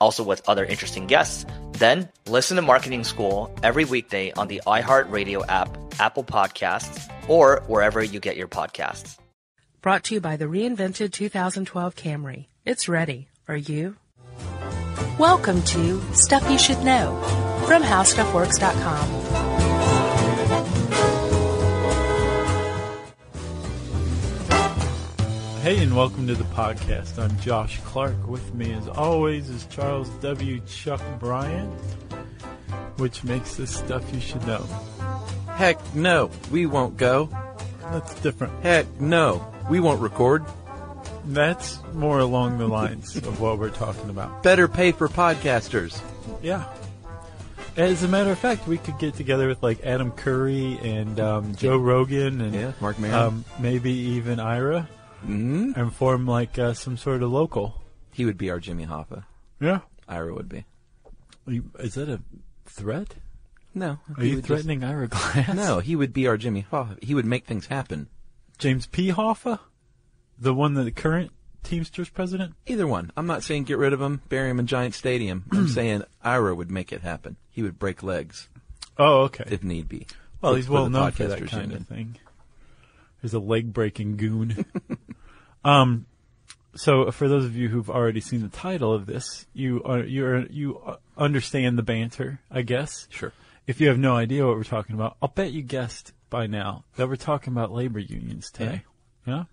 also with other interesting guests, then listen to Marketing School every weekday on the iHeartRadio app, Apple Podcasts, or wherever you get your podcasts. Brought to you by the reinvented 2012 Camry. It's ready. Are you? Welcome to Stuff You Should Know from HowStuffWorks.com. Hey, and welcome to the podcast. I'm Josh Clark. With me, as always, is Charles W. Chuck Bryant, which makes this stuff you should know. Heck no, we won't go. That's different. Heck no, we won't record. That's more along the lines of what we're talking about. Better pay for podcasters. Yeah. As a matter of fact, we could get together with like Adam Curry and um, Joe Rogan and Yeah, Mark Maron. Mm-hmm. um, maybe even Ira, mm and form like uh, some sort of local. He would be our Jimmy Hoffa. Yeah. Ira would be. You- Is that a threat? No. Are he you would threatening Ira Glass? Just, no, he would be our Jimmy Hoffa. He would make things happen. James P. Hoffa, the one that the current Teamsters president. Either one. I'm not saying get rid of him, bury him in Giant Stadium. I'm saying Ira would make it happen. He would break legs Oh, okay. if need be. well, For- he's for well the known for that podcasters kind of union. thing. He's a leg breaking goon. um, so uh, for those of you who've already seen the title of this, you are you are you uh, understand the banter, I guess. Sure. If you have no idea what we're talking about, I'll bet you guessed by now that we're talking about labor unions today. Yeah.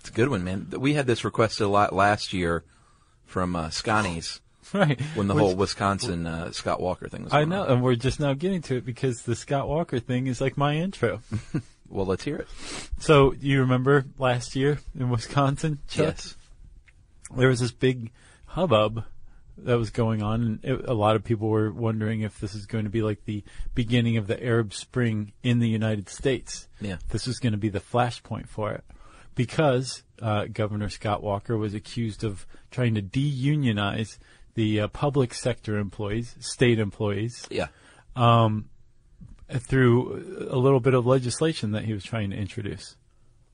It's a good one, man. We had this requested a lot last year from uh, Scotties Right. when the Which- whole Wisconsin uh, Scott Walker thing was I going know, on. and we're just now getting to it because the Scott Walker thing is like my intro. Well, let's hear it. So you remember last year in Wisconsin, Chuck? Yes. There was this big hubbub that was going on, and it, a lot of people were wondering if this is going to be like the beginning of the Arab Spring in the United States. Yeah. This was going to be the flashpoint for it because uh, Governor Scott Walker was accused of trying to deunionize the uh, public sector employees, state employees, Yeah. through a little bit of legislation that he was trying to introduce.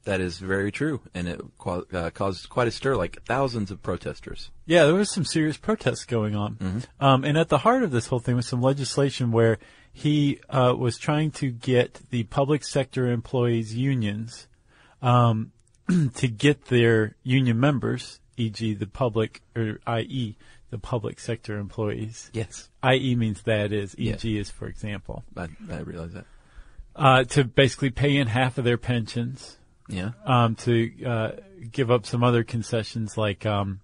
That is very true, and it qua- uh, caused quite a stir, like thousands of protesters. Yeah, there was some serious protests going on. Um, and at the heart of this whole thing was some legislation where he uh, was trying to get the public sector employees' unions um, to get their union members, e.g., the public, or i.e., the public sector employees. Yes, I.e. means that is, Yeah. e.g. is, for example, I, I realize that. uh, to basically pay in half of their pensions. Yeah, um, to uh, give up some other concessions, like um,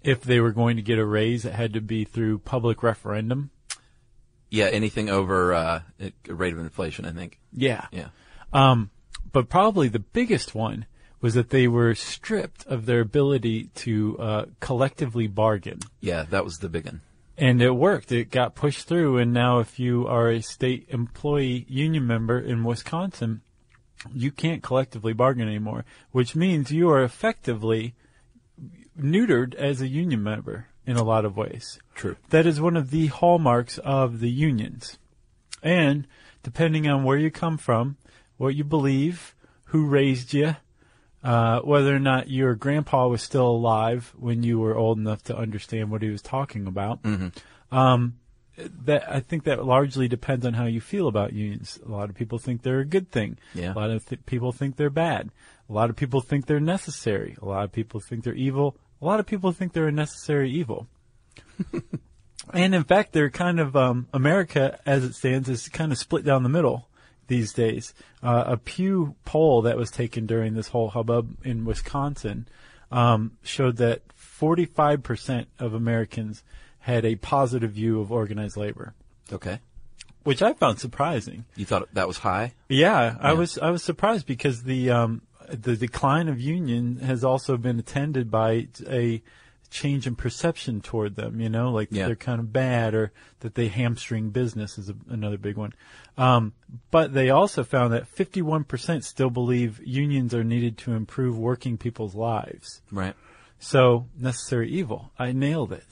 if they were going to get a raise, it had to be through public referendum. yeah. Anything over uh, it- rate of inflation, I think. Yeah. Yeah, Um, but probably the biggest one was that they were stripped of their ability to uh, collectively bargain. yeah. That was the big one. And it worked. It got pushed through. And now, if you are a state employee union member in Wisconsin, you can't collectively bargain anymore, which means you are effectively neutered as a union member in a lot of ways. True. That is one of the hallmarks of the unions. And depending on where you come from, what you believe, who raised you, uh, whether or not your grandpa was still alive when you were old enough to understand what he was talking about, um, that I think that largely depends on how you feel about unions. A lot of people think they're a good thing. Yeah. A lot of th- people think they're bad. A lot of people think they're necessary. A lot of people think they're evil. A lot of people think they're a necessary evil. and in fact, they're kind of um, America as it stands is kind of split down the middle. these days. Uh, a Pew poll that was taken during this whole hubbub in Wisconsin um, showed that 45% of Americans had a positive view of organized labor, Okay. which I found surprising. You thought that was high? Yeah, I was I was surprised because the um, the decline of union has also been attended by a change in perception toward them. You know, like that Yeah. they're kind of bad or that they hamstring business is a, another big one. Um, but they also found that 51% still believe unions are needed to improve working people's lives. Right. So necessary evil. I nailed it.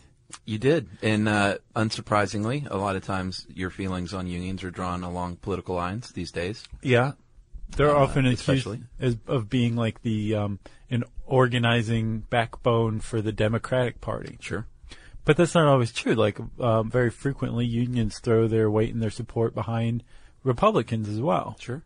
You did. And uh, unsurprisingly, a lot of times your feelings on unions are drawn along political lines these days. Yeah. They're Uh, often accused especially. as, of being like the um, an organizing backbone for the Democratic Party, Sure. but that's not always true. Like um, very frequently, unions throw their weight and their support behind Republicans as well. Sure.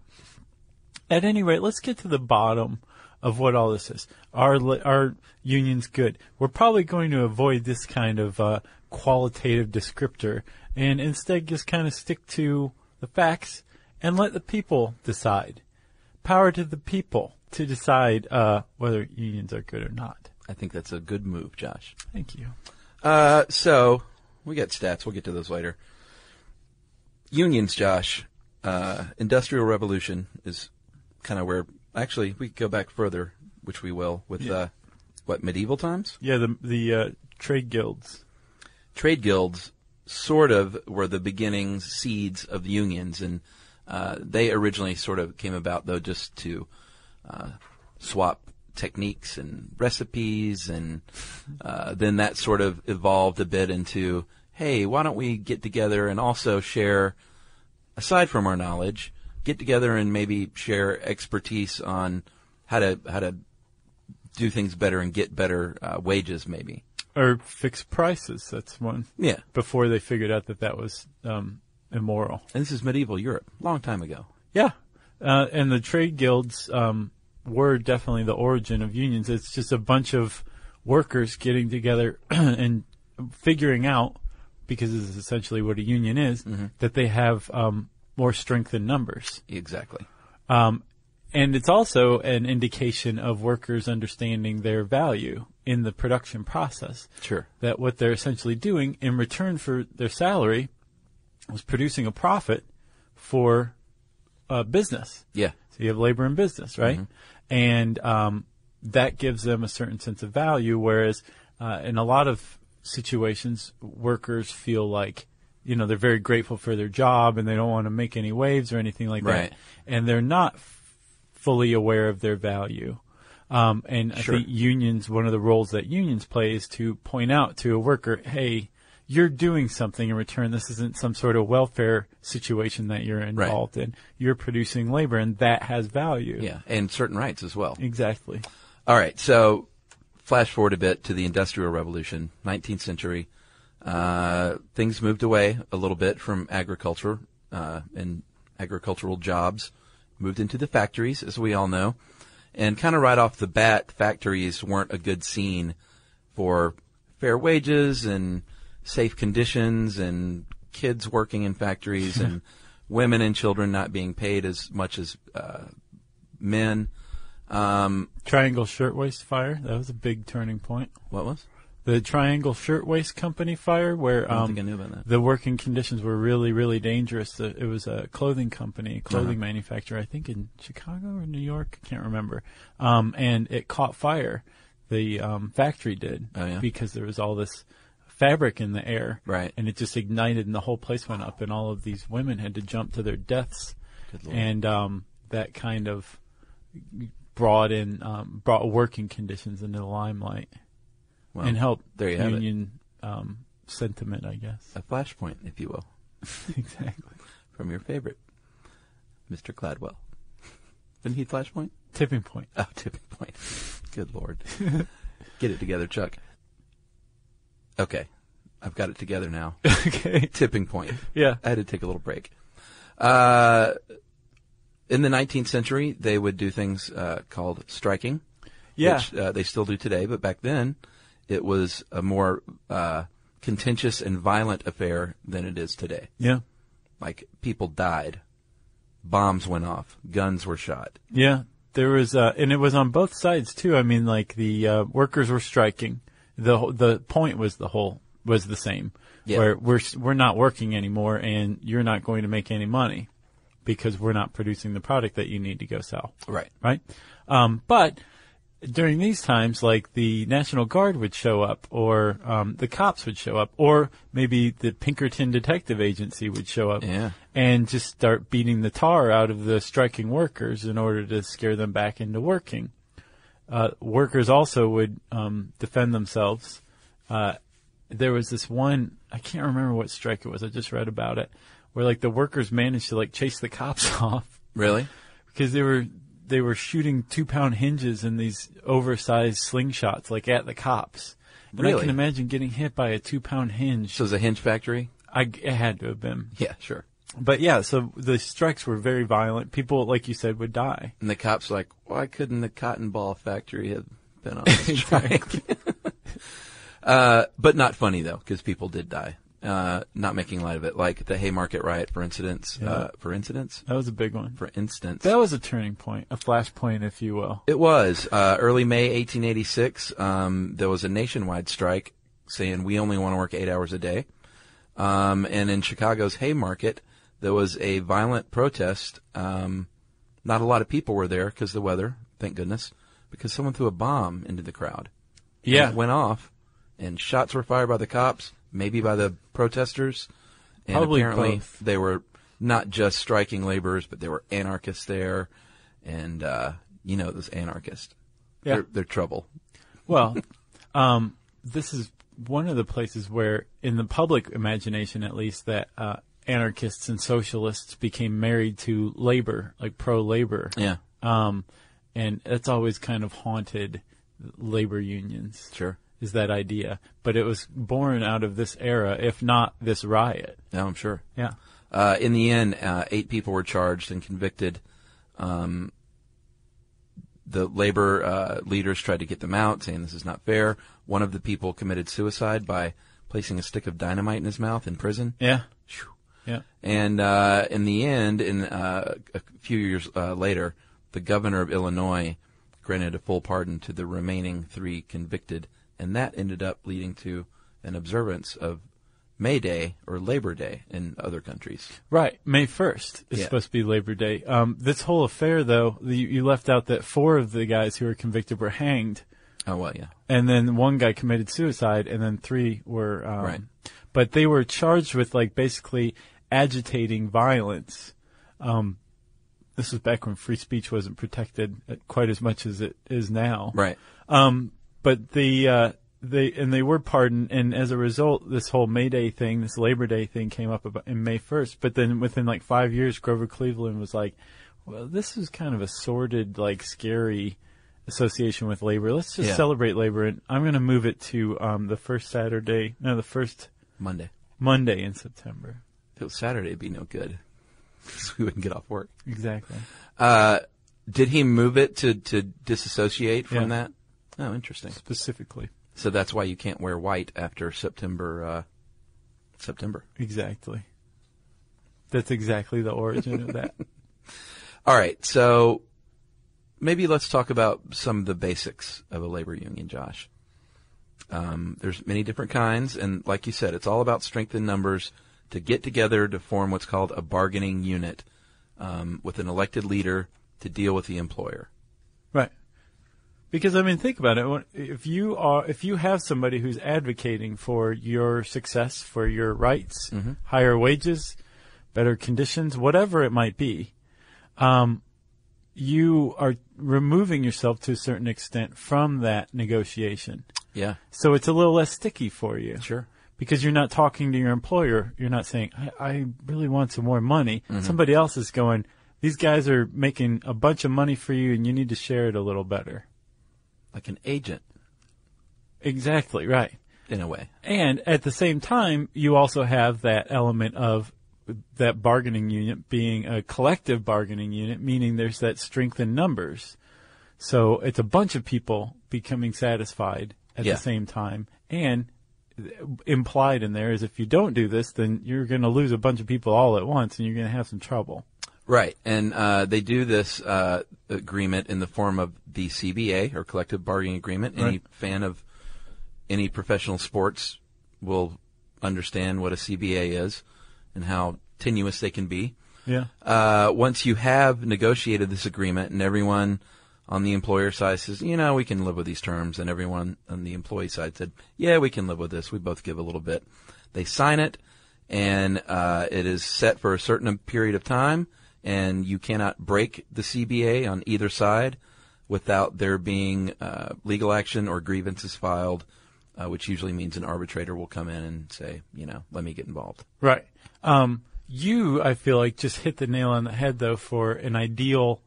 At any rate, let's get to the bottom of what all this is. Are li- are unions good? We're probably going to avoid this kind of uh, qualitative descriptor and instead just kind of stick to the facts and let the people decide. Power to the people to decide uh, whether unions are good or not. I think that's a good move, Josh. Thank you. Uh, so we got stats. We'll get to those later. Unions, Josh. Uh, Industrial Revolution is kind of where. Actually, we could go back further, which we will, with uh, what medieval times. Yeah, the the uh, trade guilds. trade guilds sort of were the beginnings, seeds of unions, and uh, they originally sort of came about though just to uh, swap techniques and recipes, and uh, then that sort of evolved a bit into, hey, why don't we get together and also share, aside from our knowledge, get together and maybe share expertise on how to how to do things better and get better uh, wages, maybe. Or fixed prices. That's one. Yeah. Before they figured out that that was um, immoral. And this is medieval Europe, long time ago. Yeah. Uh, and the trade guilds um, were definitely the origin of unions. It's just a bunch of workers getting together and figuring out, because this is essentially what a union is, that they have um, more strength in numbers. Exactly. And it's also an indication of workers understanding their value in the production process. Sure. that what they're essentially doing in return for their salary was producing a profit for uh, business. Yeah. So you have labor and business, right? Mm-hmm. And um, that gives them a certain sense of value. Whereas uh, in a lot of situations, workers feel like you know they're very grateful for their job and they don't want to make any waves or anything like Right. that, and they're not f- fully aware of their value. Um, and Sure. I think unions, one of the roles that unions play is to point out to a worker, hey, you're doing something in return. This isn't some sort of welfare situation that you're involved in. You're producing labor and that has value. Yeah. And certain rights as well. Exactly. All right. So flash forward a bit to the Industrial Revolution, 19th century. Uh, things moved away a little bit from agriculture uh, and agricultural jobs, moved into the factories, as we all know. And kind of right off the bat, factories weren't a good scene for fair wages and safe conditions and kids working in factories and women and children not being paid as much as uh, men. Um, Triangle Shirtwaist Fire. That was a big turning point. what was? The Triangle Shirtwaist Company fire, where don't um, think I knew about that. the working conditions were really, really dangerous. The, it was a clothing company, clothing Uh-huh. manufacturer, I think in Chicago or New York, I can't remember. Um, and it caught fire. The um, factory did Oh, yeah? because there was all this fabric in the air, Right. And it just ignited, and the whole place went up, and all of these women had to jump to their deaths. Good lord. And um, that kind of brought in um, brought working conditions into the limelight Well, and help there you have it. union um, sentiment, I guess. A flashpoint, if you will, exactly. from your favorite, Mr. Gladwell. Didn't he flashpoint? Tipping point. Oh, tipping point. Good lord. Get it together, Chuck. Okay. I've got it together now. okay. tipping point. Yeah. I had to take a little break. Uh, in the 19th century, they would do things uh, called striking. Yeah. Which uh, they still do today, but back then it was a more uh, contentious and violent affair than it is today. yeah. Like people died bombs went off, guns were shot. Yeah, there was, uh, and it was on both sides too. I mean, like the uh, workers were striking. the wh- The point was the whole was the same. Yeah. Where we're s- we're not working anymore, and you're not going to make any money because we're not producing the product that you need to go sell. Right. Right. Um, but during these times, like the National Guard would show up, or um, the cops would show up, or maybe the Pinkerton Detective Agency would show up, Yeah. and just start beating the tar out of the striking workers in order to scare them back into working. Uh, workers also would um, defend themselves. Uh, there was this one I can't remember what strike it was. I just read about it, where like the workers managed to like chase the cops off Really? because they were they were shooting two pound hinges in these oversized slingshots like at the cops. And I Really? can imagine getting hit by a two pound hinge. So it was a hinge factory? I, it had to have been. Yeah, sure. But yeah, so the strikes were very violent. People, like you said, would die. And the cops like, why couldn't the cotton ball factory have been on strike? uh, but not funny though, because people did die. Uh, not making light of it, like the Haymarket riot, for instance. Uh, for instance, That was a big one. for instance, That was a turning point, a flashpoint, if you will. It was uh, early May 1886. Um, there was a nationwide strike saying we only want to work eight hours a day. Um, and in Chicago's Haymarket, there was a violent protest. Um, not a lot of people were there because the weather, thank goodness, because someone threw a bomb into the crowd. And Yeah. it went off, and shots were fired by the cops, maybe by the protesters. And Probably apparently both. they were not just striking laborers, but there were anarchists there, and uh, you know those anarchists. Yeah. They're, they're trouble. Well, um, this is one of the places where, in the public imagination at least, that uh, anarchists and socialists became married to labor, like pro labor. Yeah, Um, and it's always kind of haunted labor unions. Sure. Is that idea. But it was born out of this era, if not this riot. no, I'm sure. Yeah. Uh, in the end, uh, eight people were charged and convicted. Um, the labor uh, leaders tried to get them out, saying this is not fair. One of the people committed suicide by placing a stick of dynamite in his mouth in prison. Yeah. Phew. Yeah. And uh, in the end, in uh, a few years uh, later, the governor of Illinois granted a full pardon to the remaining three convicted, and that ended up leading to an observance of May Day or Labor Day in other countries. Right. May 1st is Yeah. supposed to be Labor Day. Um, this whole affair, though, the, you left out that four of the guys who were convicted were hanged. Oh well, yeah, and then one guy committed suicide, and then three were um, Right. But they were charged with like basically agitating violence. Um, this was back when free speech wasn't protected uh, quite as much as it is now. right. Um, but the uh, they and they were pardoned, and as a result, this whole May Day thing, this Labor Day thing, came up about in May first. But then within like five years, Grover Cleveland was like, "Well, this is kind of a sordid, like scary." Association with labor. Let's just Yeah. celebrate labor, and I'm going to move it to um, the first Saturday, no, the first Monday. Monday in September. If it was Saturday, it'd be no good 'Cause we wouldn't get off work. Exactly. Uh, did he move it to to disassociate Yeah. from that? Oh, interesting. Specifically. So that's why you can't wear white after September. Uh, September. Exactly. That's exactly the origin of that. All right, so maybe let's talk about some of the basics of a labor union, Josh. Um, there's many different kinds, and like you said, it's all about strength in numbers to get together to form what's called a bargaining unit um, with an elected leader to deal with the employer. Right. Because I mean, think about it. When- If you are, if you have somebody who's advocating for your success, for your rights, higher wages, better conditions, whatever it might be, um, you are removing yourself to a certain extent from that negotiation. Yeah, So it's a little less sticky for you. Sure. Because you're not talking to your employer. You're not saying, I, I really want some more money. Somebody else is going, these guys are making a bunch of money for you and you need to share it a little better. like an agent Exactly, right. in a way. And at the same time, you also have that element of that bargaining unit being a collective bargaining unit, meaning there's that strength in numbers. So it's a bunch of people becoming satisfied at Yeah. the same time. And implied in there is if you don't do this, then you're going to lose a bunch of people all at once and you're going to have some trouble. Right, and uh, they do this uh, agreement in the form of the CBA or collective bargaining agreement. Any Right. fan of any professional sports will understand what a CBA is and how tenuous they can be. Yeah. Uh, once you have negotiated this agreement, and everyone on the employer side says, you know, we can live with these terms, and everyone on the employee side said, yeah, we can live with this. We both give a little bit. They sign it, and uh, it is set for a certain period of time, and you cannot break the CBA on either side without there being uh, legal action or grievances filed, uh, which usually means an arbitrator will come in and say, you know, let me get involved. Right. Um, you, I feel like, just hit the nail on the head, though, for an ideal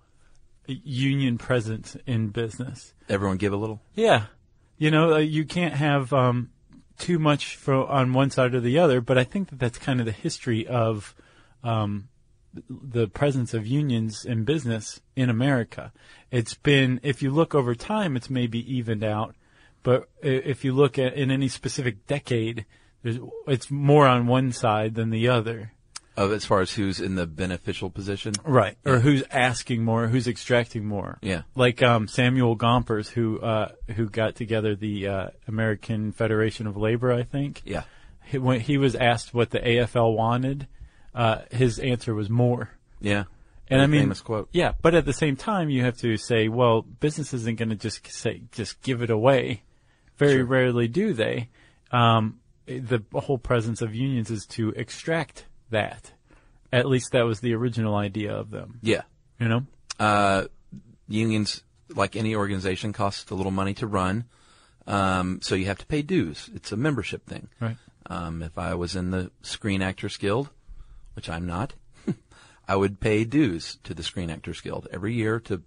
union presence in business. Everyone give a little. Yeah. You know, uh, you can't have um, too much fro on one side or the other, but I think that that's kind of the history of um, the presence of unions in business in America. It's been, if you look over time, it's maybe evened out, but i- if you look at in any specific decade, there's, it's more on one side than the other. of as far as who's in the beneficial position. Right. Or who's asking more, who's extracting more. Yeah. Like um, Samuel Gompers, who uh, who got together the uh, American Federation of Labor, I think. Yeah. He, when he was asked what the AFL wanted, uh, his answer was more. Yeah. And I mean, famous quote. yeah, but at the same time, you have to say, well, business isn't going to just say, just give it away. Very rarely do they. Um, the whole presence of unions is to extract that. At least that was the original idea of them. Yeah. You know? Uh, unions, like any organization, costs a little money to run. Um, so you have to pay dues. It's a membership thing. Right. Um, if I was in the Screen Actors Guild, which I'm not, I would pay dues to the Screen Actors Guild every year to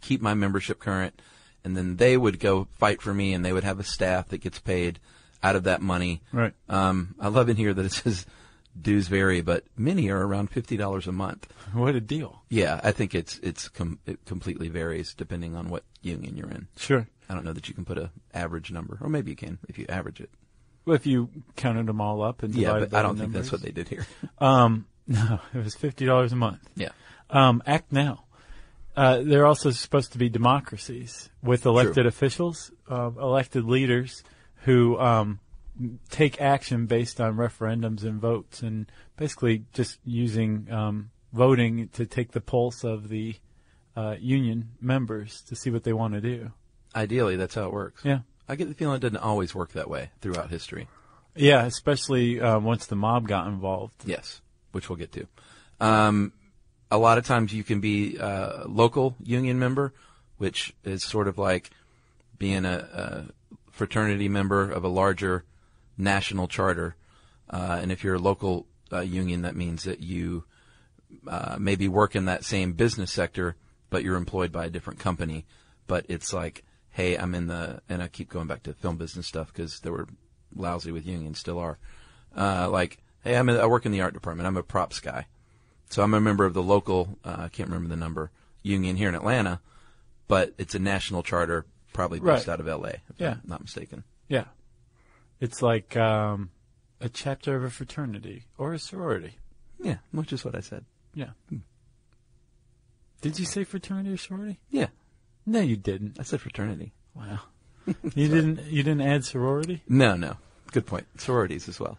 keep my membership current. And then they would go fight for me and they would have a staff that gets paid out of that money. Right. Um, I love in here that it says dues vary, but many are around $50 a month. What a deal. Yeah, I think it's, it's com- it completely varies depending on what union you're in. Sure. I don't know that you can put a average number, or maybe you can if you average it. Well, if you counted them all up and Yeah, divided but I by don't the think that's what numbers. they did here. Um, no, it was fifty dollars a month. yeah. Um, act now. Uh, they're also supposed to be democracies with elected officials, uh, elected leaders who um, take action based on referendums and votes, and basically just using um, voting to take the pulse of the uh, union members to see what they want to do. Ideally, that's how it works. Yeah. I get the feeling it doesn't always work that way throughout history. Yeah, especially uh, once the mob got involved. Yes, which we'll get to. Um, a lot of times you can be a local union member, which is sort of like being a, a fraternity member of a larger national charter. Uh, and if you're a local uh, union, that means that you uh, maybe work in that same business sector, but you're employed by a different company. But it's like, hey, I'm in the, and I keep going back to film business stuff because they were lousy with unions, still are. Uh, like, hey, I'm in, I work in the art department. I'm a props guy. So I'm a member of the local, uh, I can't remember the number, union here in Atlanta, but it's a national charter, probably based Right. out of LA, if Yeah. I'm not mistaken. Yeah. It's like um, a chapter of a fraternity or a sorority. Yeah, which is what I said. Yeah. Did you say fraternity or sorority? Yeah, No, you didn't. I said fraternity. Wow. you didn't. You didn't add sorority. No, no. Good point. Sororities as well.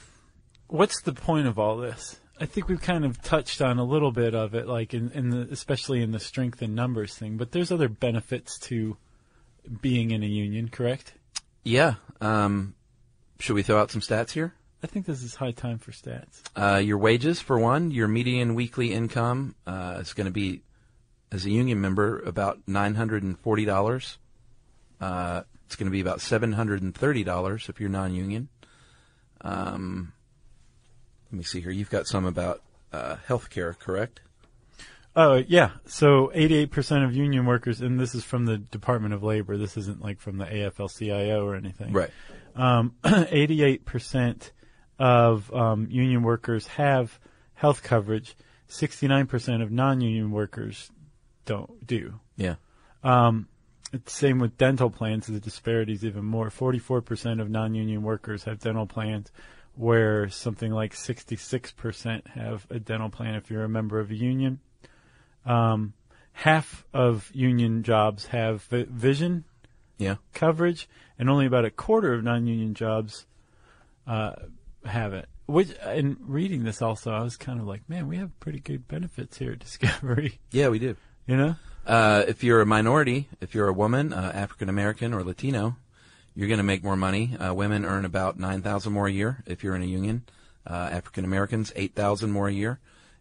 what's the point of all this? I think we've kind of touched on a little bit of it, like in, in the, especially in the strength in numbers thing. But there's other benefits to being in a union, correct? Yeah. Um, should we throw out some stats here? I think this is high time for stats. Uh, your wages, for one, your median weekly income uh, is going to be, as a union member, about nine hundred and forty dollars. Uh, it's going to be about seven hundred and thirty dollars if you're non-union. Um, let me see here. You've got some about uh, healthcare, correct? Oh yeah. So 88% of union workers, and this is from the Department of Labor. This isn't like from the AFL-CIO or anything. Right. Um, 88% of um, union workers have health coverage. 69% of non-union workers don't do. Yeah. Um, it's same with dental plans. The disparity is even more. 44% of non-union workers have dental plans, where something like 66% have a dental plan if you're a member of a union. Um, half of union jobs have vi- vision yeah. coverage, and only about a quarter of non-union jobs uh, have it. Which, in reading this also, I was kind of like, man, we have pretty good benefits here at Discovery. Yeah, we do. You know? Uh, if you're a minority, if you're a woman, uh, African American or Latino, you're going to make more money. Uh, women earn about nine thousand more a year if you're in a union. African Americans eight thousand more a year,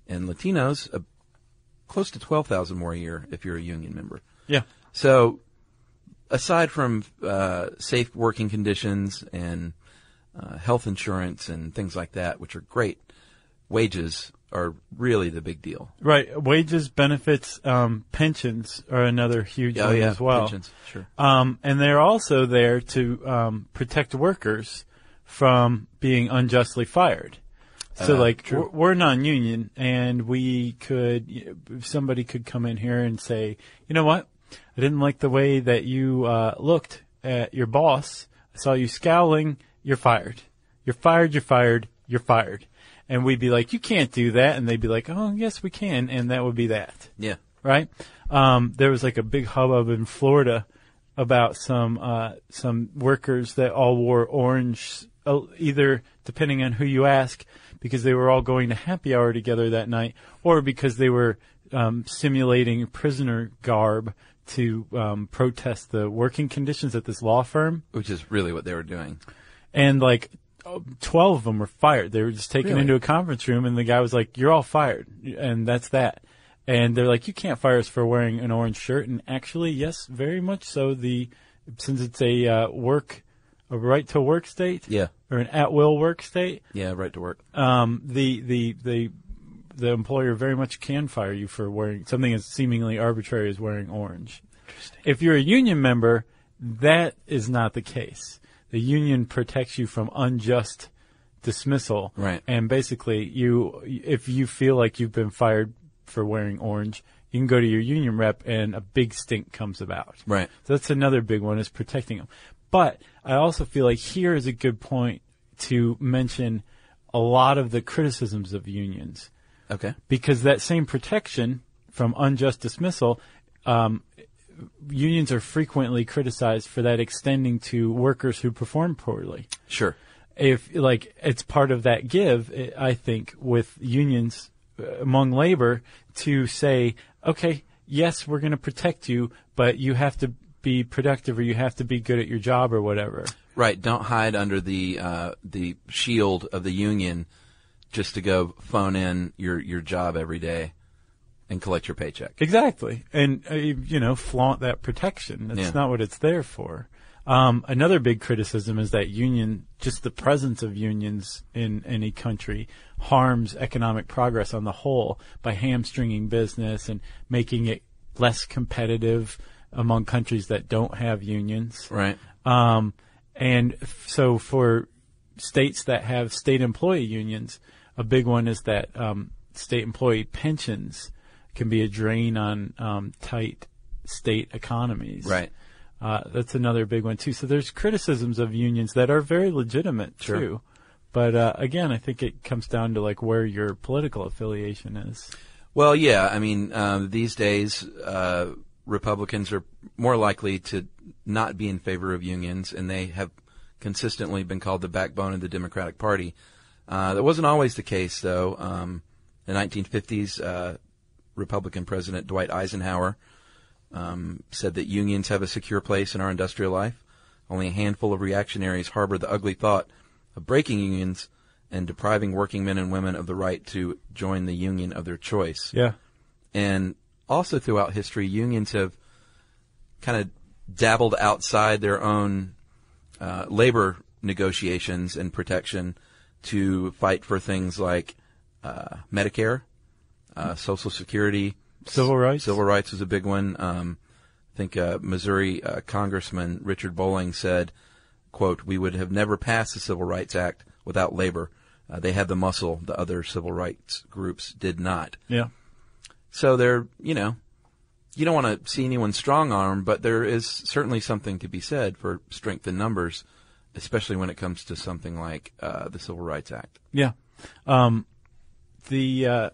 and Latinos uh, close to twelve thousand more a year if you're a union member. Yeah. So, aside from uh, safe working conditions and uh, health insurance and things like that, which are great, wages are really the big deal. Right. Wages, benefits, um, pensions are another huge oh, one yeah. uh, as well. Pensions, sure. Um, and they're also there to um, protect workers from being unjustly fired. So, Uh, like, true. we're, we're non-union, and we could, if somebody could come in here and say, you know what, I didn't like the way that you uh, looked at your boss. I saw you scowling. You're fired. You're fired. You're fired. You're fired. And we'd be like, you can't do that. And they'd be like, oh, yes, we can. And that would be that Yeah. right? Um, there was like a big hubbub in Florida about some uh, some workers that all wore orange, uh, either depending on who you ask, because they were all going to happy hour together that night, or because they were um, simulating prisoner garb to um, protest the working conditions at this law firm. Which is really what they were doing. And like. uh, Twelve of them were fired. They were just taken Really? into a conference room, and the guy was like, "You're all fired," and that's that and they're like, "You can't fire us for wearing an orange shirt." And actually, yes, very much so. The since it's a uh, work, a right to work state, Yeah. or an at will work state, Yeah. Right to work. um, the the the the employer very much can fire you for wearing something as seemingly arbitrary as wearing orange. If you're a union member, that is not the case. The union protects you from unjust dismissal. Right. And basically, you if you feel like you've been fired for wearing orange, you can go to your union rep, and a big stink comes about. Right. So that's another big one is protecting them. But I also feel like here is a good point to mention a lot of the criticisms of unions Okay. because that same protection from unjust dismissal, um, unions are frequently criticized for that extending to workers who perform poorly. Sure. If like it's part of that give, i- I think, with unions uh, among labor to say, okay, yes, we're going to protect you, but you have to be productive or you have to be good at your job or whatever. Right. Don't hide under the uh, the shield of the union just to go phone in your your job every day and collect your paycheck. Exactly. And, uh, you know, flaunt that protection. That's Yeah. not what it's there for. Um, another big criticism is that union, just the presence of unions in any country harms economic progress on the whole by hamstringing business and making it less competitive among countries that don't have unions. Right. Um, and f- so for states that have state employee unions, a big one is that um, state employee pensions can be a drain on um, tight state economies. Right. Uh, that's another big one too. So there's criticisms of unions that are very legitimate Sure. too. But uh, again, I think it comes down to like where your political affiliation is. Well, yeah. I mean, um, these days, uh, Republicans are more likely to not be in favor of unions, and they have consistently been called the backbone of the Democratic Party. Uh, that wasn't always the case, though. Um, in the 1950s, uh, Republican President Dwight Eisenhower um, said that unions have a secure place in our industrial life. Only a handful of reactionaries harbor the ugly thought of breaking unions and depriving working men and women of the right to join the union of their choice. Yeah. And also throughout history, unions have kind of dabbled outside their own uh, labor negotiations and protection to fight for things like uh, Medicare, uh, Social Security, Civil rights. Civil rights was a big one. Um, I think uh, Missouri uh, Congressman Richard Bowling said, "quote We would have never passed the Civil Rights Act without labor. Uh, they had the muscle; the other civil rights groups did not." Yeah. So they're, you know, you don't want to see anyone strong arm, but there is certainly something to be said for strength in numbers, especially when it comes to something like uh, the Civil Rights Act. Yeah. Um, the uh,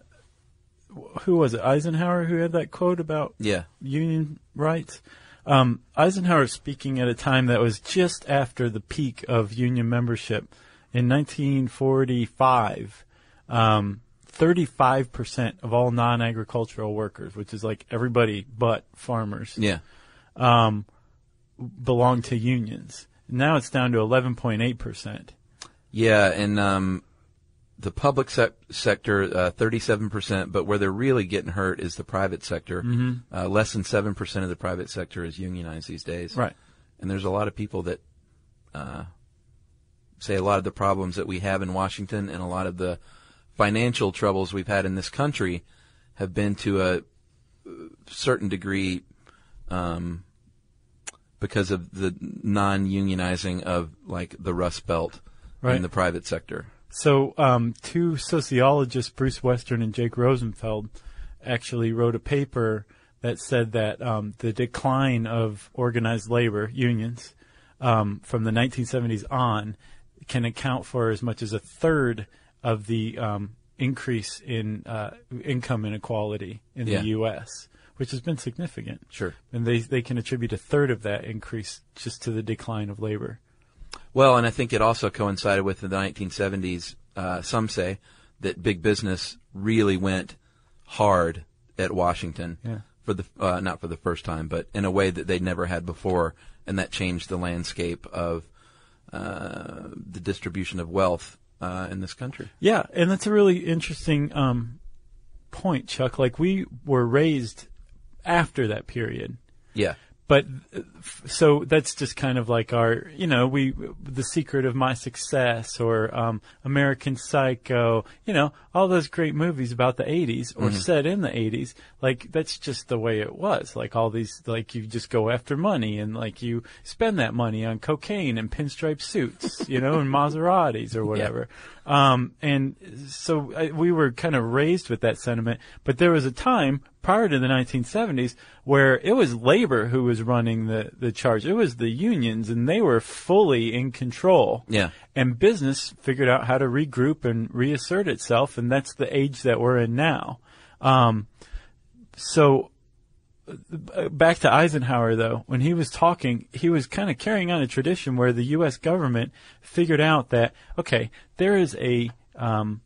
wh- who was it? Eisenhower who had that quote about Yeah. union rights. Um, Eisenhower was speaking at a time that was just after the peak of union membership in 1945. Um, 35% of all non-agricultural workers, which is like everybody but farmers, Yeah. um, belong to unions. Now it's down to 11.8%. Yeah, and um, the public sec- sector, uh, thirty-seven percent. But where they're really getting hurt is the private sector. Mhm. Uh, less than seven percent of the private sector is unionized these days. Right. And there's a lot of people that uh, say a lot of the problems that we have in Washington and a lot of the financial troubles we've had in this country have been to a certain degree um, because of the non-unionizing of like the Rust Belt Right. in the private sector. So, um, two sociologists, Bruce Western and Jake Rosenfeld, actually wrote a paper that said that um, the decline of organized labor unions um, from the 1970s on can account for as much as a third of the um, increase in uh, income inequality in Yeah. the U.S., which has been significant. Sure. And they, they can attribute a third of that increase just to the decline of labor. Well, and I think it also coincided with the 1970s. Uh, some say that big business really went hard at Washington Yeah. for the uh, not for the first time, but in a way that they never had before, and that changed the landscape of uh, the distribution of wealth uh, in this country. Yeah, and that's a really interesting um, point, Chuck. Like we were raised after that period, Yeah. but uh, f- so that's just kind of like our, you know, we the secret of my success or um, American Psycho, you know, all those great movies about the '80s or Mhm. set in the '80s. Like that's just the way it was. Like all these, like you just go after money and like you spend that money on cocaine and pinstripe suits, you know, and Maseratis or whatever. Um, and so I, we were kind of raised with that sentiment, but there was a time prior to the 1970s where it was labor who was running the, the charge. It was the unions and they were fully in control. Yeah. And business figured out how to regroup and reassert itself. And that's the age that we're in now. Um, so uh, back to Eisenhower though, when he was talking, he was kind of carrying on a tradition where the U.S. government figured out that okay, there is a um,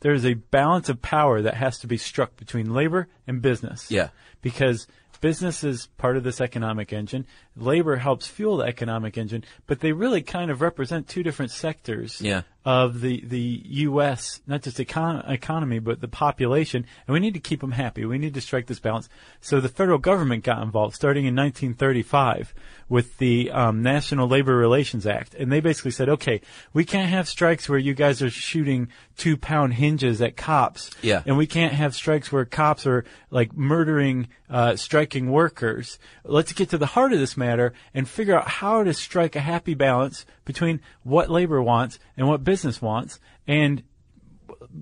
there is a balance of power that has to be struck between labor and business. Yeah. because business is part of this economic engine. Labor helps fuel the economic engine, but they really kind of represent two different sectors Yeah. of the, the U.S., not just econ- economy, but the population. And we need to keep them happy. We need to strike this balance. So the federal government got involved starting in 1935 with the um, National Labor Relations Act. And they basically said, okay, we can't have strikes where you guys are shooting two pound hinges at cops. Yeah. And we can't have strikes where cops are like murdering, uh, striking workers. Let's get to the heart of this matter and figure out how to strike a happy balance between what labor wants and what business wants and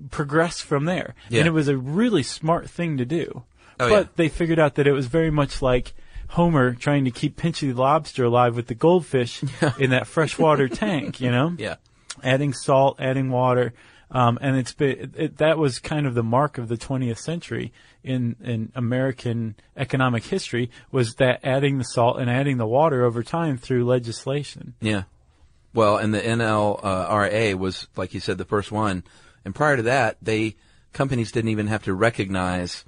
progress from there. Yeah. And it was a really smart thing to do. Oh, but yeah. they figured out that it was very much like Homer trying to keep Pinchy the lobster alive with the goldfish in that freshwater tank, you know? Yeah. Adding salt, adding water. Um, and it's been, it, that was kind of the mark of the 20th century in, in American economic history was that adding the salt and adding the water over time through legislation. Yeah. Well, and the NLRA was, like you said, the first one. And prior to that, they companies didn't even have to recognize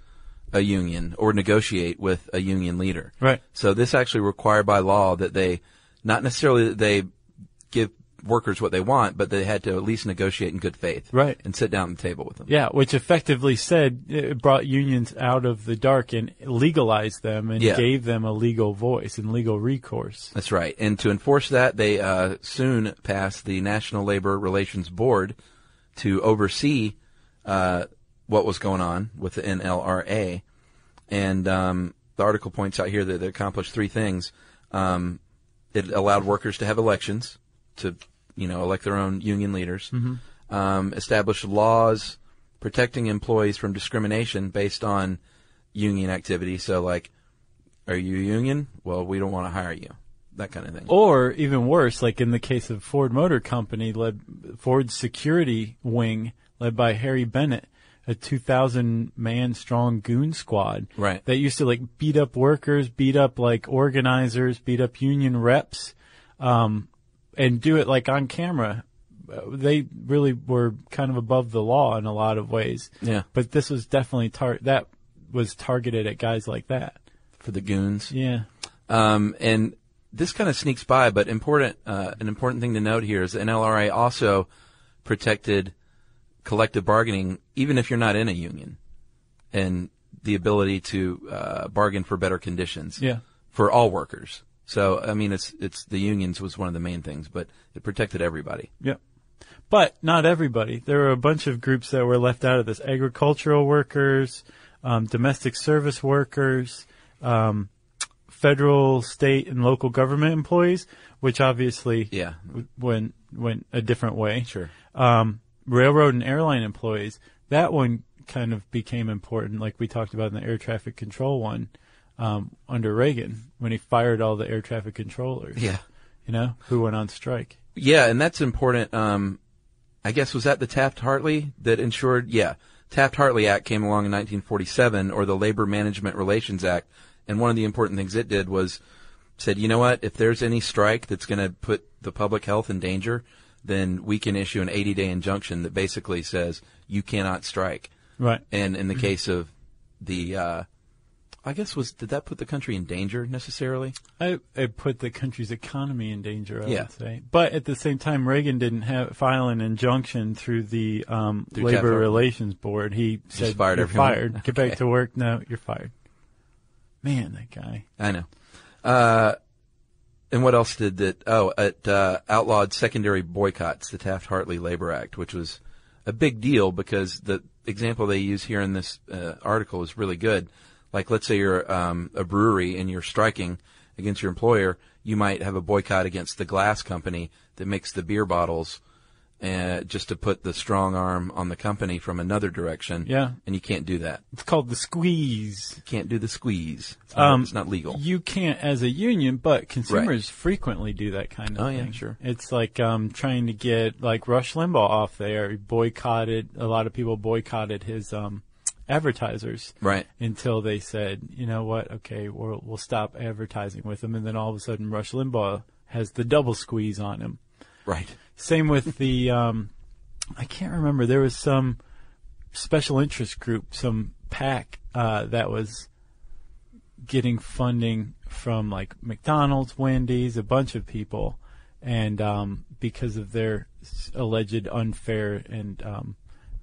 a union or negotiate with a union leader. Right. So this actually required by law that they, not necessarily that they give workers what they want, but they had to at least negotiate in good faith. Right. And sit down at the table with them. Yeah, which effectively said it brought unions out of the dark and legalized them and Yeah. gave them a legal voice and legal recourse. That's right. And to enforce that, they uh, soon passed the National Labor Relations Board to oversee uh, what was going on with the NLRA. And um, the article points out here that it accomplished three things. Um, it allowed workers to have elections to, you know, elect their own union leaders. Mhm. Um, established laws protecting employees from discrimination based on union activity. So, like, are you a union? Well, we don't want to hire you. That kind of thing. Or even worse, like in the case of Ford Motor Company, led Ford's security wing, led by Harry Bennett, a 2,000 man strong goon squad. Right. That used to like beat up workers, beat up like organizers, beat up union reps, um, and do it like on camera. Uh, They really were kind of above the law in a lot of ways. Yeah. But this was definitely tar- that was targeted at guys like that. For the goons. Yeah. Um, and this kind of sneaks by, but important, uh, an important thing to note here is the NLRA also protected collective bargaining, even if you're not in a union, and the ability to uh, bargain for better conditions Yeah. for all workers. So, I mean, it's it's the unions was one of the main things, but it protected everybody. Yep. But not everybody. There were a bunch of groups that were left out of this: agricultural workers, um, domestic service workers, um, federal, state, and local government employees, which obviously Yeah. w- went went a different way. Sure. Um, railroad and airline employees. That one kind of became important, like we talked about in the air traffic control one um, under Reagan when he fired all the air traffic controllers. Yeah. You know who went on strike. Yeah, and that's important. Um, I guess was that the Taft Hartley that ensured? Yeah, Taft Hartley Act came along in 1947, or the Labor Management Relations Act, and one of the important things it did was said, you know what? If there's any strike that's going to put the public health in danger, then we can issue an 80-day injunction that basically says you cannot strike. Right. And in the case of the, uh, I guess was did that put the country in danger necessarily? I, it put the country's economy in danger, I Yeah. would say. But at the same time, Reagan didn't have, file an injunction through the um, Through Labor TAFRA. Relations Board. He Just said, fired you're everyone." fired. Get Okay. back to work. No, you're fired. Man, that guy. I know. Uh, and what else did that? Oh, it uh, outlawed secondary boycotts, the Taft Hartley Labor Act, which was a big deal because the example they use here in this uh, article is really good. Like, let's say you're um, a brewery and you're striking against your employer, you might have a boycott against the glass company that makes the beer bottles. Uh, just to put the strong arm on the company from another direction. Yeah. And you can't do that. It's called the squeeze. Can't do the squeeze. It's not, it's not legal. Um, You can't as a union, but consumers frequently do that kind of Oh, thing. yeah, sure. It's like um, trying to get like Rush Limbaugh off there. He boycotted a lot of people boycotted his um, advertisers, Right. Until they said, you know what? Okay, we'll we'll stop advertising with them, and then all of a sudden, Rush Limbaugh has the double squeeze on him. Right. Same with the, um, I can't remember. There was some special interest group, some PAC uh, that was getting funding from like McDonald's, Wendy's, a bunch of people, and um, because of their s- alleged unfair and um,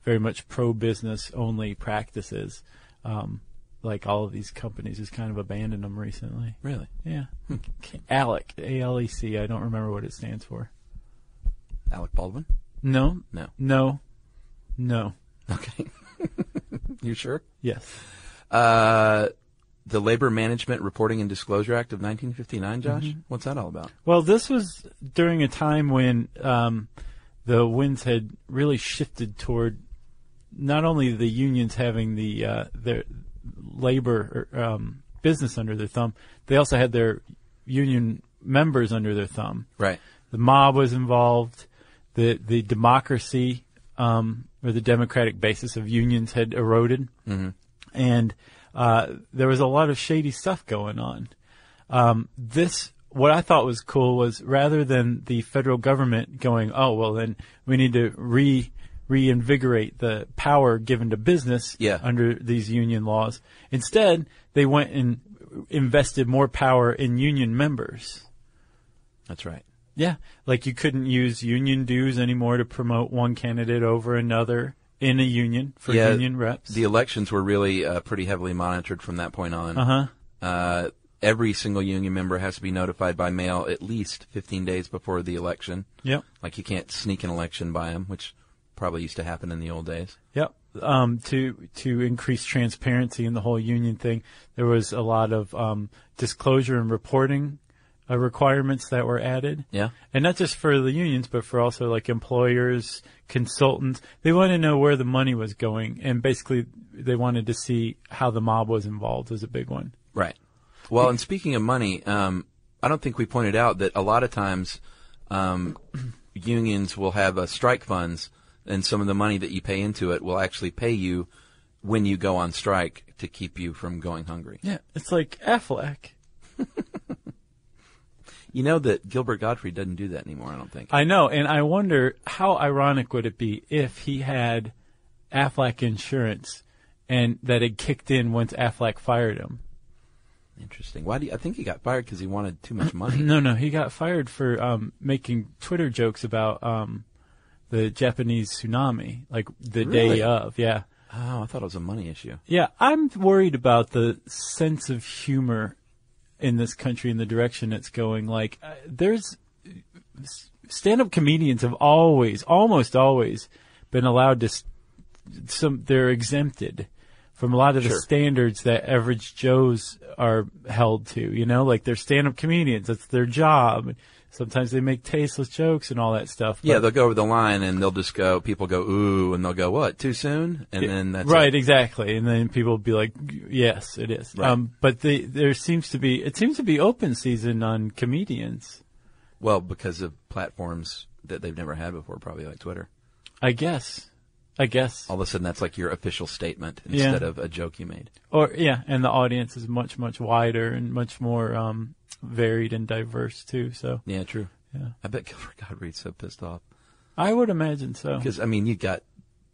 very much pro business only practices, um, like all of these companies just kind of abandoned them recently. Really? Yeah. ALEC, A L E C. I don't remember what it stands for. Alec Baldwin? No. No. No. No. Okay. you sure? Yes. Uh, the Labor Management Reporting and Disclosure Act of 1959, Josh? Mhm. What's that all about? Well, this was during a time when um, the winds had really shifted toward not only the unions having the uh, their labor or, um, business under their thumb, they also had their union members under their thumb. Right. The mob was involved. The the democracy um, or the democratic basis of unions had eroded, Mhm. and uh, there was a lot of shady stuff going on. Um, this, what I thought was cool was rather than the federal government going, oh, well, then we need to re, reinvigorate the power given to business Yeah. under these union laws. Instead, they went and invested more power in union members. That's right. Yeah. Like you couldn't use union dues anymore to promote one candidate over another in a union for Yeah, union reps. The elections were really uh, pretty heavily monitored from that point on. Uh-huh. Uh, every single union member has to be notified by mail at least 15 days before the election. Yep. Like you can't sneak an election by them, which probably used to happen in the old days. Yep. Um, to to increase transparency in the whole union thing, there was a lot of um, disclosure and reporting uh, requirements that were added. Yeah. and not just for the unions, but for also like employers, consultants. They wanted to know where the money was going, and basically they wanted to see how the mob was involved was a big one. Right. Well, and speaking of money, um, I don't think we pointed out that a lot of times um, unions will have uh, strike funds, and some of the money that you pay into it will actually pay you when you go on strike to keep you from going hungry. Yeah, it's like Affleck. You know that Gilbert Gottfried doesn't do that anymore. I don't think. I know, and I wonder how ironic would it be if he had Affleck insurance and that it kicked in once Affleck fired him. Interesting. Why do you, I think he got fired because he wanted too much money? No, no, he got fired for um, making Twitter jokes about um, the Japanese tsunami, like the day Really? of. Yeah, Oh, I thought it was a money issue. yeah. I'm worried about the sense of humor in this country and the direction it's going. Like, uh, there's stand-up comedians have always, almost always, been allowed to. s some they're exempted from a lot of the Sure. standards that average Joes are held to. You know, like they're stand-up comedians; that's their job. Sometimes they make tasteless jokes and all that stuff. Yeah, but- they'll go over the line and they'll just go. People go ooh, and they'll go what? Too soon? And Yeah, then that's right, It. exactly. And then people will be like, "Yes, it is." Right. Um, but they, there seems to be it seems to be open season on comedians. Well, because of platforms that they've never had before, probably like Twitter. I guess, I guess, All of a sudden, that's like your official statement Yeah. instead of a joke you made. or yeah, and the audience is much much wider and much more um, varied and diverse too. So Yeah, true. Yeah. I bet Gilbert Gottfried's so pissed off I would imagine so. because I mean, you got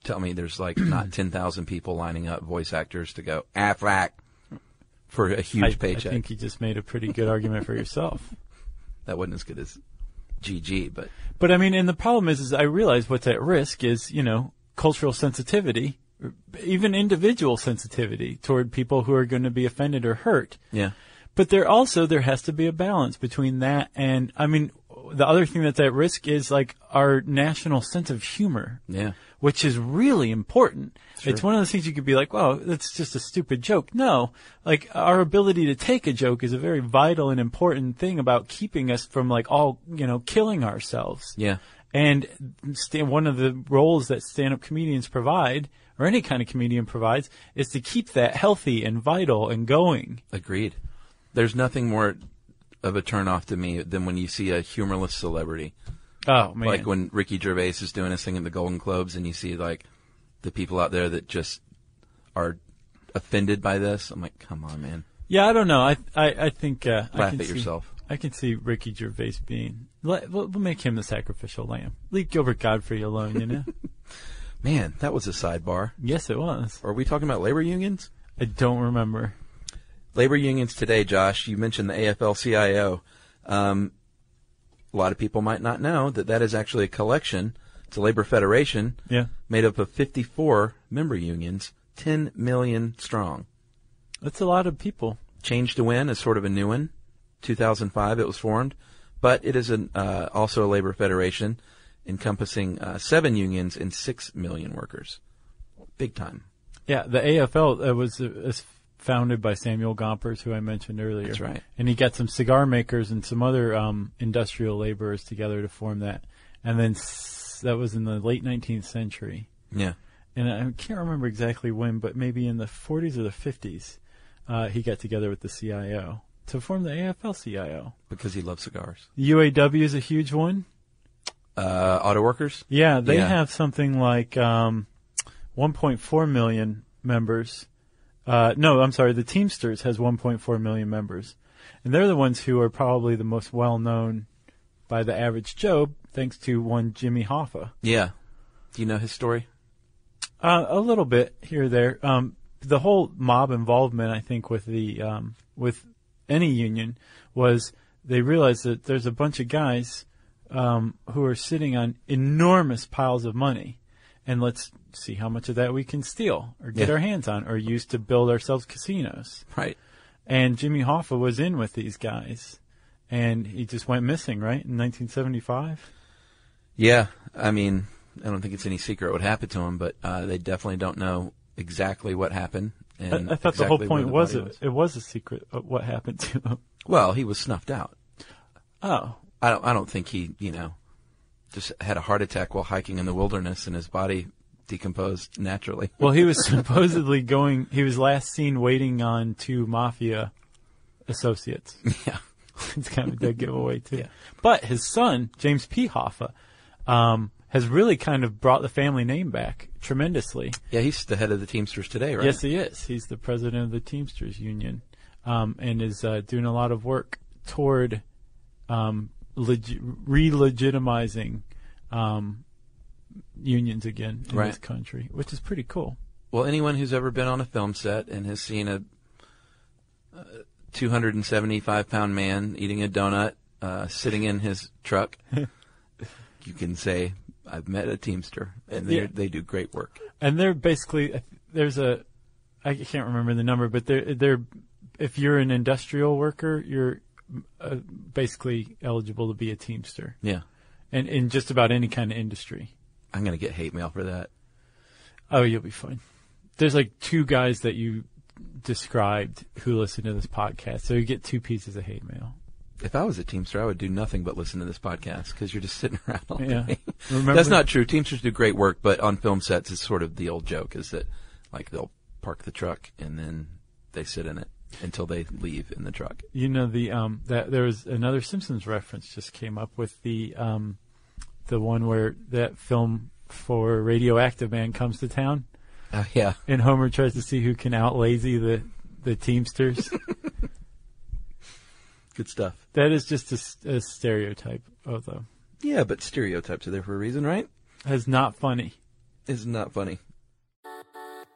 tell me there's like not ten thousand people lining up voice actors to go Affleck for a I, huge paycheck. I think you just made a pretty good argument for yourself. that wasn't as good as GG, but But I mean, and the problem is, is I realize what's at risk is, you know, cultural sensitivity, or even individual sensitivity toward people who are going to be offended or hurt. yeah. But there also, there has to be a balance between that and, I mean, the other thing that's at risk is like our national sense of humor. Yeah. Which is really important. Sure. It's one of those things you could be like, wow, that's just a stupid joke. No. Like, our ability to take a joke is a very vital and important thing about keeping us from like all, you know, killing ourselves. Yeah. And sta one of the roles that stand-up comedians provide, or any kind of comedian provides, is to keep that healthy and vital and going. Agreed. There's nothing more of a turnoff to me than when you see a humorless celebrity. Oh man! Like when Ricky Gervais is doing his thing at the Golden Globes and you see like the people out there that just are offended by this. I'm like, come on, man. yeah, I don't know. I I, I think uh, I Laugh can at see- yourself. I can see Ricky Gervais being. Let, we'll, we'll make him the sacrificial lamb. Leave Gilbert Godfrey alone. You know. Man, that was a sidebar. yes, it was. Are we talking about labor unions? I don't remember. labor unions today, Josh, you mentioned the AFL-CIO. Um, a lot of people might not know that that is actually a collection. It's a labor federation Yeah. made up of 54 member unions, 10 million strong. That's a lot of people. Change to Win is sort of a new one. 2005 it was formed, but it is an, uh, also a labor federation encompassing uh, seven unions and six million workers. Big time. Yeah, the AFL uh, was uh, is founded by Samuel Gompers, who I mentioned earlier. That's right. And he got some cigar makers and some other um, industrial laborers together to form that. And then s- that was in the late 19th century. Yeah. And I can't remember exactly when, but maybe in the 40s or the 50s, uh, he got together with the CIO to form the AFL CIO. Because he loves cigars. UAW is a huge one. Uh, auto workers? Yeah, they Yeah. have something like um, 1.4 million members. Uh, no, I'm sorry, the Teamsters has 1.4 million members, and they're the ones who are probably the most well known by the average Joe, thanks to one Jimmy Hoffa. Yeah. Do you know his story? Uh, a little bit here or there. Um, the whole mob involvement, I think, with the um, with any union was they realized that there's a bunch of guys um, who are sitting on enormous piles of money, and let's see how much of that we can steal or get Yeah. our hands on or use to build ourselves casinos. Right. And Jimmy Hoffa was in with these guys, and he just went missing, right, in 1975. Yeah, I mean, I don't think it's any secret what happened to him, but uh, they definitely don't know exactly what happened. I, And I thought the exactly whole where point the was body it, it was a secret of what happened to him. Well, he was snuffed out. Oh, I don't. I don't think he, you know, just had a heart attack while hiking in the wilderness, and his body decomposed naturally. Well, he was supposedly going. He was last seen waiting on two mafia associates. Yeah, it's kind of a dead giveaway too. But his son, James P. Hoffa, um, has really kind of brought the family name back tremendously. yeah, he's the head of the Teamsters today, right? Yes, he is. He's the president of the Teamsters Union, um, and is uh, doing a lot of work toward um, leg- re-legitimizing um, unions again in this Right. country, which is pretty cool. Well, anyone who's ever been on a film set and has seen a two hundred and seventy-five pound man eating a donut, uh, sitting in his truck, you can say, "I've met a Teamster, and they Yeah. they do great work." and they're basically there's a I can't remember the number, but they're they're if you're an industrial worker, you're uh, basically eligible to be a teamster. Yeah. and in just about any kind of industry. I'm gonna get hate mail for that. Oh, you'll be fine. There's like two guys that you described who listen to this podcast, so you get two pieces of hate mail. If I was a Teamster, I would do nothing but listen to this podcast because you're just sitting around all Yeah. day. Remember- That's not true. Teamsters do great work, but on film sets, it's sort of the old joke is that like they'll park the truck and then they sit in it until they leave in the truck. You know the um that there was another Simpsons reference just came up with the um the one where that film for Radioactive Man comes to town. Oh yeah, and Homer tries to see who can outlazy the the Teamsters. good stuff. that is just a s- a, stereotype of them. Yeah, but stereotypes are there for a reason, right? It's not funny. It's not funny.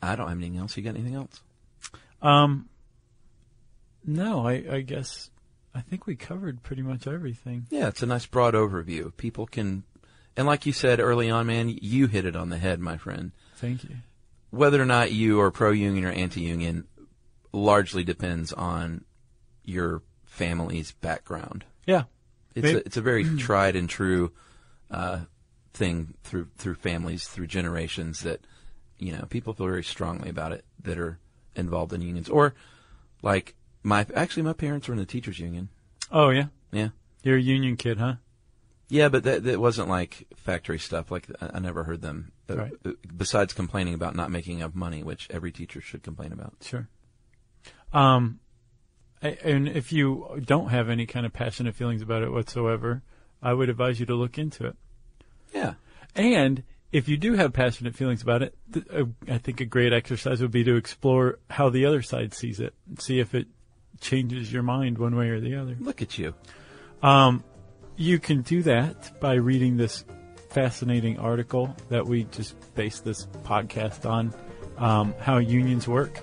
I don't have anything else. You got anything else? Um, no, I, I guess I think we covered pretty much everything. Yeah, it's a nice broad overview. People can, and like you said early on, man, you hit it on the head, my friend. Thank you. Whether or not you are pro union or anti union largely depends on your family's background. Yeah. It's, a, it's a very tried and true uh, thing through through families, through generations that you know, people feel very strongly about it that are involved in unions. Or like my actually my parents were in the teachers union. Oh yeah, yeah. You're a union kid, huh? Yeah, but that that wasn't like factory stuff. Like I, I never heard them. Right. Uh, besides complaining about not making enough money, which every teacher should complain about. Sure. Um, I, and if you don't have any kind of passionate feelings about it whatsoever, I would advise you to look into it. Yeah. And if you do have passionate feelings about it, th- uh, I think a great exercise would be to explore how the other side sees it, and see if it changes your mind one way or the other. Look at you. Um, you can do that by reading this fascinating article that we just based this podcast on, um, how unions work.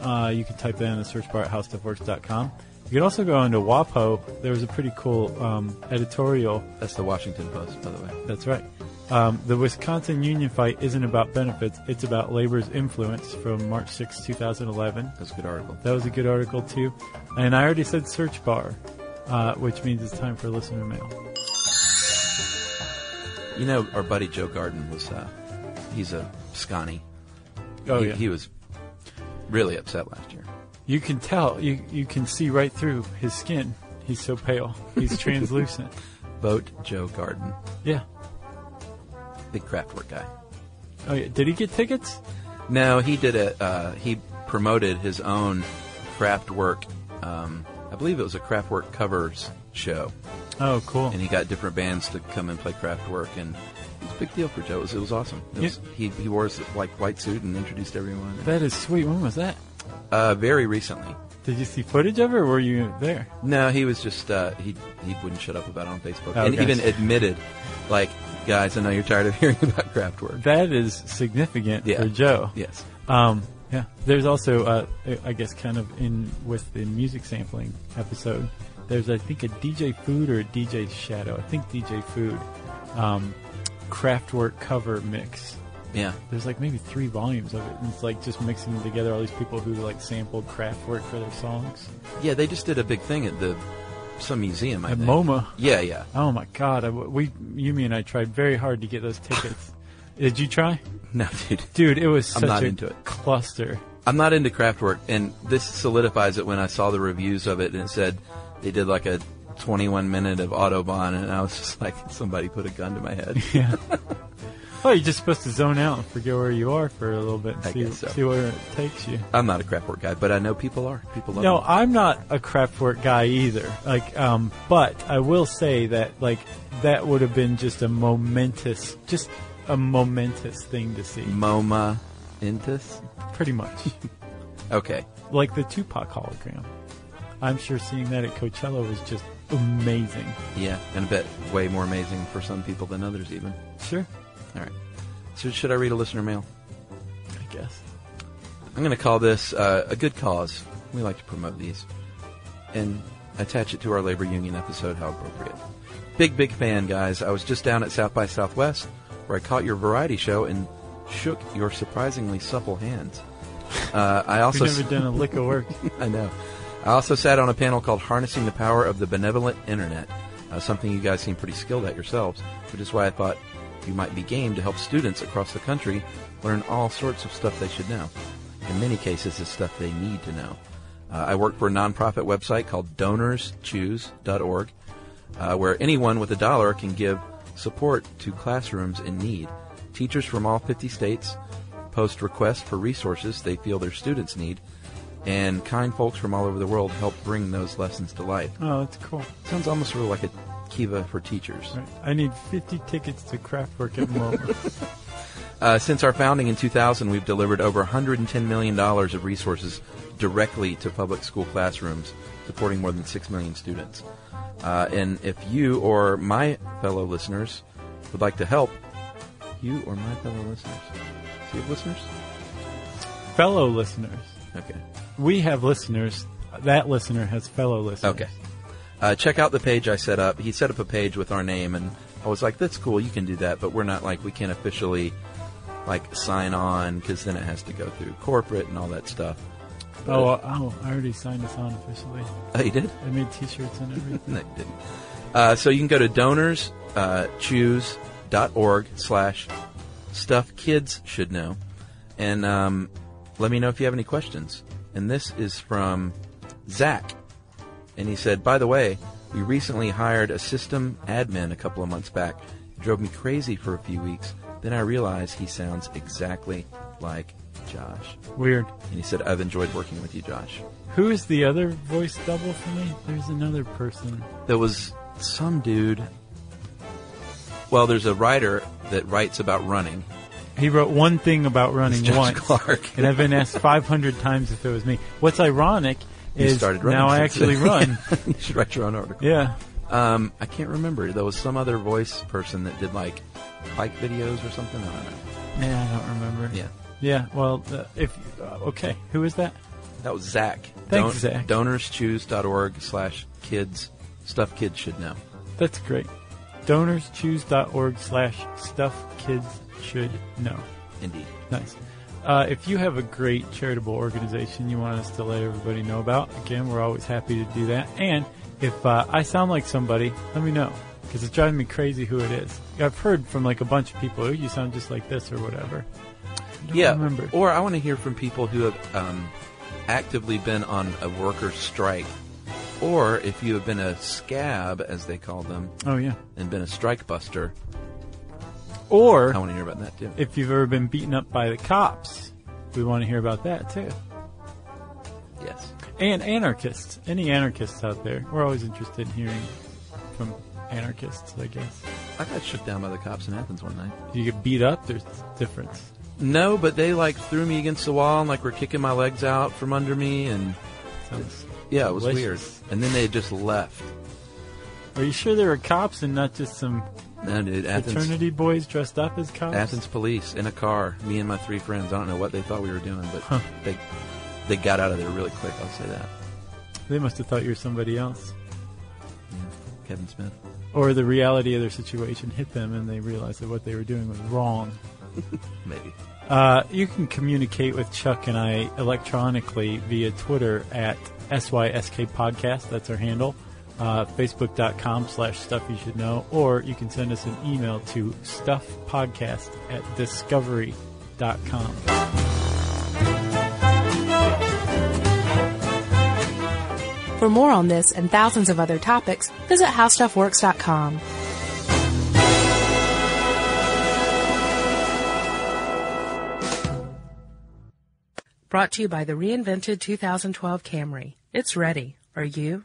Uh, you can type that in the search bar at howstuffworks.com. You can also go on to WAPO. There was a pretty cool um, editorial. That's the Washington Post, by the way. That's right. Um, the Wisconsin union fight isn't about benefits; it's about labor's influence. From March 6, 2011. That's a good article. That was a good article too. And I already said search bar, uh, which means it's time for listener mail. You know, our buddy Joe Garden was, uh, he's a Scotty. Oh he, yeah. he was really upset last year. You can tell. You you can see right through his skin. He's so pale. He's translucent. Vote Joe Garden, Yeah. big craftwork guy. Oh yeah. Did he get tickets? No, he did a. Uh, he promoted his own craft work. Um, I believe it was a craft work covers show, Oh, cool. and he got different bands to come and play craft work, and it was a big deal for Joe. It was, it was awesome. It Yeah. was, he he wore his like white suit and introduced everyone. That is sweet. When was that? Uh, very recently. Did you see footage of it, or were you there? No, he was just uh, he he wouldn't shut up about it on Facebook, Oh, and okay. even admitted, like, guys, I know you're tired of hearing about craft work. That is significant Yeah. for Joe. Yes. Um, yeah. There's also, uh, I- I guess, kind of in with the music sampling episode. There's, I think, a DJ Food or a DJ Shadow. I think DJ Food, um, Kraftwerk cover mix. Yeah. There's like maybe three volumes of it, and it's like just mixing together all these people who like sampled Kraftwerk for their songs. Yeah, they just did a big thing at the some museum. I At think. MoMA. Yeah, yeah. Oh my God! I, we, Yumi and I tried very hard to get those tickets. Did you try? No, dude. Dude, it was I'm such not a into it. cluster. I'm not into craft work, and this solidifies it when I saw the reviews of it, and it said they did like a 21 minute of Autobahn, and I was just like, somebody put a gun to my head. Yeah. oh, you're just supposed to zone out and forget where you are for a little bit and I see, guess so. see where it takes you. I'm not a craft work guy, but I know people are. People love No, it. I'm not a Kraftwerk guy either. Like, um, but I will say that like that would have been just a momentous, just a momentous thing to see. MoMA Intus. Pretty much, Okay. like the Tupac hologram. I'm sure seeing that at Coachella was just amazing. Yeah, and I bet way more amazing for some people than others, even. Sure, All right. So, should I read a listener mail? I guess. I'm going to call this uh, a good cause. We like to promote these and attach it to our labor union episode how appropriate. Big, big fan, guys. I was just down at South by Southwest where I caught your variety show and shook your surprisingly supple hands. Uh, I also We've never done a lick of work. I know. I also sat on a panel called Harnessing the Power of the Benevolent Internet, uh, something you guys seem pretty skilled at yourselves, which is why I thought you might be game to help students across the country learn all sorts of stuff they should know. In many cases, it's stuff they need to know. Uh, I work for a nonprofit website called DonorsChoose.org, uh, where anyone with a dollar can give support to classrooms in need. Teachers from all 50 states post requests for resources they feel their students need, and kind folks from all over the world help bring those lessons to life. Oh, that's cool. Sounds almost sort of like a Kiva for teachers. I need 50 tickets to Kraftwerk at Mullen. Uh, since our founding in 2000, we've delivered over $110 million of resources directly to public school classrooms, supporting more than 6 million students. Uh, and if you or my fellow listeners would like to help, you or my fellow listeners. Do you have listeners? fellow listeners. Okay. We have listeners. That listener has fellow listeners. Okay. Uh, check out the page I set up. He set up a page with our name, and I was like, "That's cool. You can do that," but we're not like we can't officially like sign on because then it has to go through corporate and all that stuff. Oh, uh, oh, I already signed us on officially. Oh, you did? I made t-shirts and everything. No, you didn't. Uh, so you can go to donors uh, choose.org slash stuff kids should know, and um, let me know if you have any questions. And this is from Zach, and he said, "By the way, we recently hired a system admin a couple of months back. It drove me crazy for a few weeks. Then I realized he sounds exactly like Josh." Weird. And he said, "I've enjoyed working with you, Josh." Who is the other voice double for me? There's another person. There was some dude. Well, there's a writer that writes about running. He wrote one thing about running It's Josh once, Clark. and I've been asked 500 times if it was me. What's ironic You is started running. now I since actually then. run. you should write your own article. Yeah. Um, I can't remember. There was some other voice person that did like bike videos or something. I don't know. Yeah, I don't remember. Yeah. Yeah. Well, uh, if uh, okay, who is that? That was Zach. Thanks, Zach. DonorsChoose.org slash kids. Stuff kids should know. That's great. DonorsChoose.org slash stuff kids should know. Indeed. Nice. Uh, if you have a great charitable organization you want us to let everybody know about, again, we're always happy to do that. And if uh, I sound like somebody, let me know because it's driving me crazy who it is. I've heard from like a bunch of people, oh, you sound just like this or whatever. I don't yeah. remember. Or I want to hear from people who have um, actively been on a worker strike, or if you have been a scab, as they call them. Oh, yeah. And been a strike buster. Or I want to hear about that too. if you've ever been beaten up by the cops, we want to hear about that too. Yes. And anarchists, any anarchists out there, we're always interested in hearing from anarchists. I guess I got shook down by the cops in Athens one night. you get beat up. There's difference. No, but they like threw me against the wall and like were kicking my legs out from under me and Sounds yeah, it was delicious. weird. And then they just left. Are you sure there were cops and not just some No, dude, Athens, fraternity boys dressed up as cops? Athens police in a car. Me and my three friends. I don't know what they thought we were doing, but they they got out of there really quick. I'll say that. They must have thought you were somebody else, Kevin Smith. or the reality of their situation hit them and they realized that what they were doing was wrong. Maybe. Uh, you can communicate with Chuck and I electronically via Twitter at SYSK Podcast. That's our handle. Uh, Facebook.com slash stuff you should know. Or you can send us an email to stuffpodcast at discovery.com. For more on this and thousands of other topics, visit howstuffworks.com. Brought to you by the reinvented 2012 Camry. It's ready. Are you?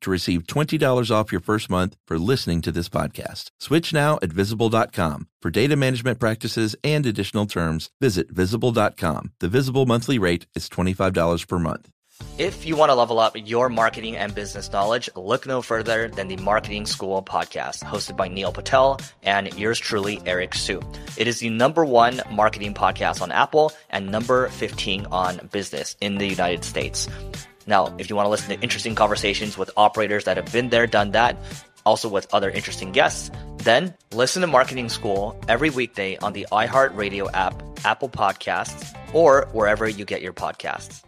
to receive $20 off your first month for listening to this podcast. Switch now at visible.com. For data management practices and additional terms, visit visible.com. The visible monthly rate is $25 per month. If you want to level up your marketing and business knowledge, look no further than the Marketing School podcast, hosted by Neil Patel and yours truly, Eric Sue. It is the number one marketing podcast on Apple and number 15 on business in the United States. Now, if you want to listen to interesting conversations with operators that have been there, done that, also with other interesting guests, then listen to Marketing School every weekday on the iHeartRadio app, Apple Podcasts, or wherever you get your podcasts.